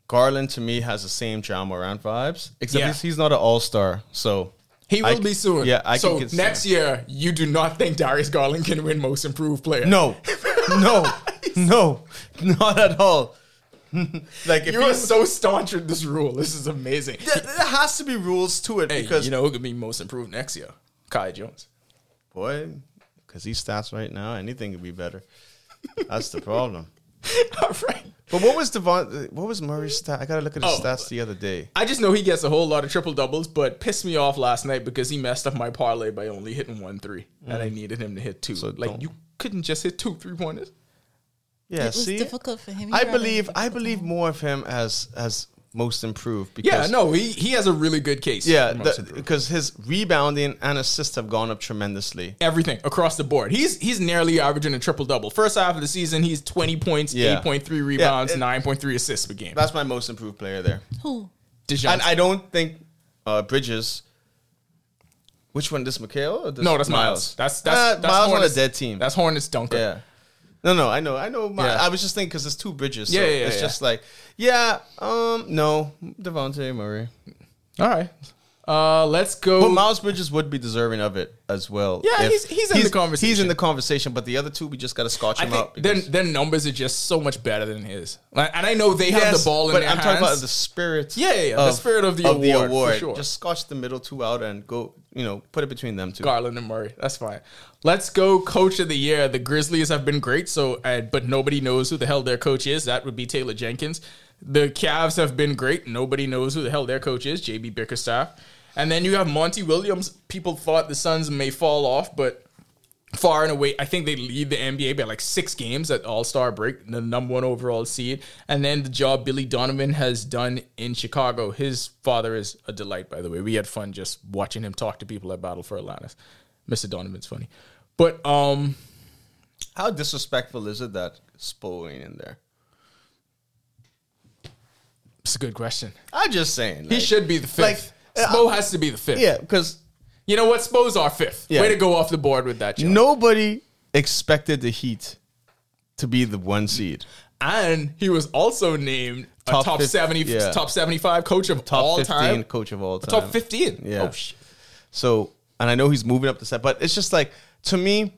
Garland to me has the same John Moran vibes, except
Yeah.
he's, he's not an all star. So
He will
I-
be soon.
Yeah, I
so
can consider-
next year, you do not think Darius Garland can win Most Improved Player?
No, no, no, not at all. like if
You are so staunch in this rule. This is amazing.
there, there has to be rules to it
Hey,
because
you know who could be most improved next year? Kai Jones.
boy, because these stats right now, anything could be better. That's the problem.
All right.
But what was Devon? What was Murray's stat? I gotta look at his
Oh.
stats the other day.
I just know he gets a whole lot of triple doubles, but pissed me off last night because he messed up my parlay by only hitting one three, and I needed him to hit two.
Mm. So
like
don't-
you couldn't just hit two three pointers.
Yeah,
It was
see,
difficult for him. He
I
rather
believe
difficult
I
for
believe
him.
more of him as as most improved.
Yeah,
Because
no, he he has a really good case.
Yeah,
for most
the-
improved.
because his rebounding and assists have gone up tremendously.
everything across the board. He's he's nearly averaging a triple double. First half of the season, he's twenty points,
Yeah.
eight point three rebounds,
it-
nine point three assists per game.
That's my most improved player there.
Who?
DeJounte.
And I don't think uh, Bridges. Which one? This Mikhail? Or this
no, that's Miles. That's that's,
Uh,
that's
Miles on a
Hornets-
dead team.
That's Hornets dunker.
yeah. No, no, I know, I know. Miles.
Yeah.
I was just thinking because it's two Bridges. So
Yeah, yeah, yeah,
It's
yeah.
just like, yeah, um, no, Devontae Murray,
All right. Uh, let's go.
but Miles Bridges would be deserving of it as well.
Yeah, he's-
if-
he's in the conversation.
He's in the conversation, but the other two, we just got to scotch
I
him
think
up.
their,
because-
their numbers are just so much better than his. Like, and I know they have
Yes,
the ball in
but
their
I'm
hands.
talking about the spirit.
Yeah, yeah, yeah, the spirit of the award, for sure.
Just scotch the middle two out and go. You know, put it between them two.
Garland and Murray. That's fine. Let's go coach of the year. The Grizzlies have been great, so uh, but nobody knows who the hell their coach is. That would be Taylor Jenkins. The Cavs have been great. Nobody knows who the hell their coach is. JB Bickerstaff. And then you have Monty Williams. People thought the Suns may fall off, but far and away. I think they lead the NBA by like six games at All Star break, the number one overall seed, and then the job Billy Donovan has done in Chicago. His father is a delight, by the way. We had fun just watching him talk to people at Battle for Atlantis. Mr. Donovan's funny, but um,
How disrespectful is it that Spo ain't in there?
it's a good question.
I'm just saying.
He
like-
should be the fifth.
like, uh,
Spo has to be the fifth.
Yeah, because
You know what? Spo's our fifth.
Yeah.
Way to go off the board with that. John.
nobody expected the Heat to be the one seed.
And he was also named
Top
a top
fif-
70,
yeah.
top 75 coach of
Top
all
15
time.
coach of all time.
Top 15.
Yeah.
Oh, shit.
So, and I know he's moving up the set, but it's just like to me,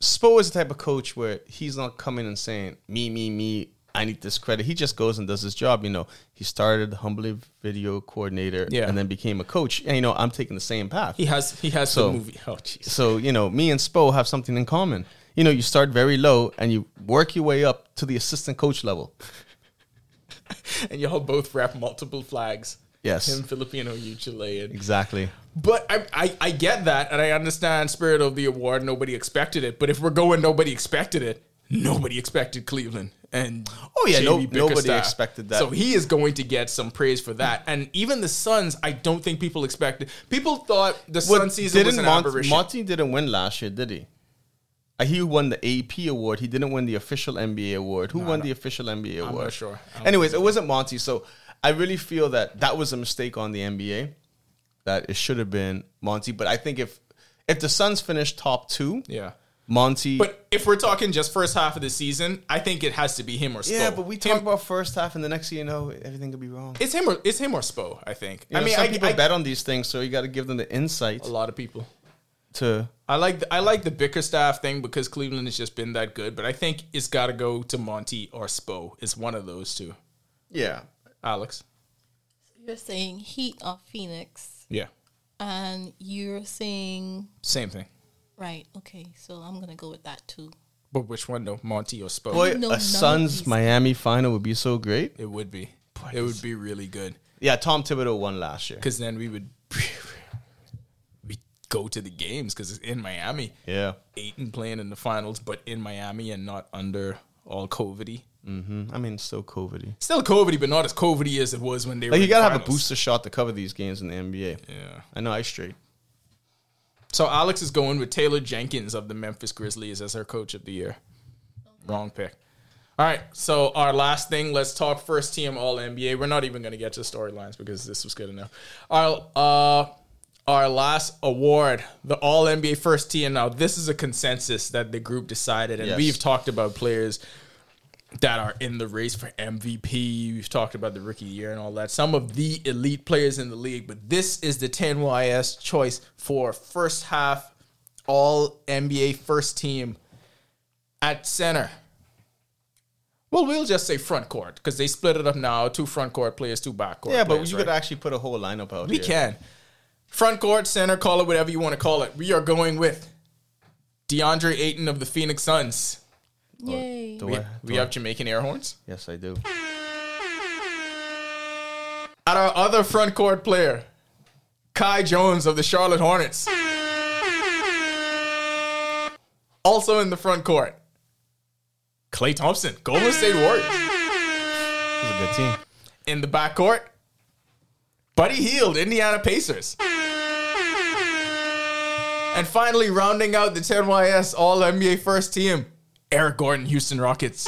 Spo is the type of coach where he's not coming and saying me, me, me. I need this credit. He just goes and does his job. You know, he started humbly video coordinator,
Yeah.
and then became a coach. And you know, I'm taking the same path.
He has he has
So-
the movie. Oh, jeez.
So you know, me and Spo have something in common. You know, you start very low and you work your way up to the assistant coach level.
And y'all both wrap multiple flags.
Yes.
Him Filipino, you Chilean.
Exactly.
But I, I, I get that, and I understand spirit of the award. Nobody expected it. But if we're going, nobody expected it. Nobody expected Cleveland, and
Oh, yeah,
JB
no- nobody
Bickerstaff.
expected that.
So he is going to get some praise for that. And even the Suns, I don't think people expected. People thought the
Well,
Sun season was an
Mont-
aberration.
Monty didn't win last year, did he? Uh, He won the AP award. He didn't win the official NBA award. Who won the official NBA award?
not sure. I don't
Anyways, it wasn't Monty. So I really feel that that was a mistake on the NBA. That it should have been Monty. But I think if if the Suns finished top two,
yeah.
Monty.
But if we're talking just first half of the season, I think it has to be him or Spo.
yeah, but we
Him-
talk about first half, and the next thing you know, everything could be wrong.
it's him or it's him or Spo. I think.
You
I
know,
mean,
some
I,
people
I,
bet on these things, so you got to give them the insight
a lot of people.
to.
I like the, I like the Bickerstaff thing because Cleveland has just been that good, but I think it's got to go to Monty or Spo. It's one of those two.
Yeah,
Alex.
You're saying Heat of Phoenix,
Yeah.
and you're saying
Same thing.
right. Okay, so I'm gonna go with that too.
But which one though? Monty or Spo?
boy,
know none
a
of
Suns
these-
Miami final would be so great.
It would be. It would be really good
Yeah, Tom Thibodeau won last year.
because then we would we go to the games because it's in Miami.
Yeah,
Aiton playing in the finals, but in Miami and not under all COVIDy.
I mean, it's so COVIDy.
Still COVIDy, but not as COVIDy as it was when they were.
Like you
in the
gotta have a
finals.
booster shot to cover these games in the NBA.
Yeah.
I know I straight.
So Alex is going with Taylor Jenkins of the Memphis Grizzlies as her coach of the year. Wrong pick. All right. So our last thing, let's talk first team All NBA. We're not even going to get to storylines because this was good enough. Our uh, our last award, the All NBA first team. Now this is a consensus that the group decided, and
Yes.
we've talked about players that are in the race for MVP. We've talked about the rookie year and all that. Some of the elite players in the league, but this is the 10YS choice for first half all NBA first team at center. Well, we'll just say front court because they split it up now. Two front court players, two back court.
Yeah, but
players,
you
right?
could actually put a whole lineup out.
We
here.
can. Front court, center, call it whatever you want to call it. We are going with DeAndre Ayton of the Phoenix Suns.
Yay!
Do
We,
I-
we
do I-
have Jamaican air horns.
Yes, I do.
At our other front court player, Kai Jones of the Charlotte Hornets. Also in the front court, Clay Thompson, Golden State Warriors.
This is a good team.
In the back court, Buddy Heald, Indiana Pacers. And finally, rounding out the 10YS All NBA first team, Eric Gordon, Houston Rockets.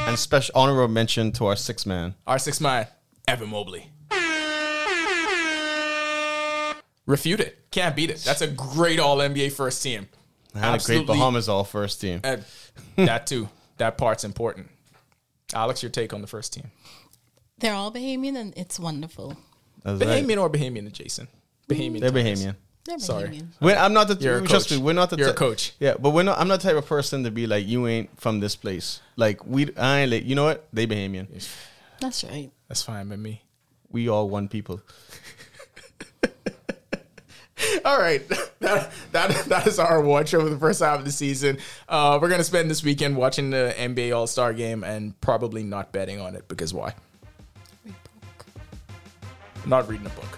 And special honorable mention to our six man.
Our six man, Evan Mobley. Refute it. Can't beat it. That's a great All NBA first team.
Had a great
Absolutely.
Bahamas all first team.
And that too. That part's important. Alex, your take on the first team?
They're all Bahamian, and it's wonderful.
That's right.
Bahamian or Bahamian adjacent? Bahamian.
They're
type.
Bahamian.
They're Bahamian.
Sorry.
When I'm not the
You're a
trust
coach.
me, we're not the
You're a
ty-
coach.
Yeah, but we're not. I'm not the type of person to be like you ain't from this place. Like we, I ain't. Like, you know what? They Bahamian.
That's right.
That's fine by me.
We all one people.
All right, that, that that is our watch over the first half of the season. Uh, we're gonna spend this weekend watching the NBA All Star Game and probably not betting on it because why? Not reading a book.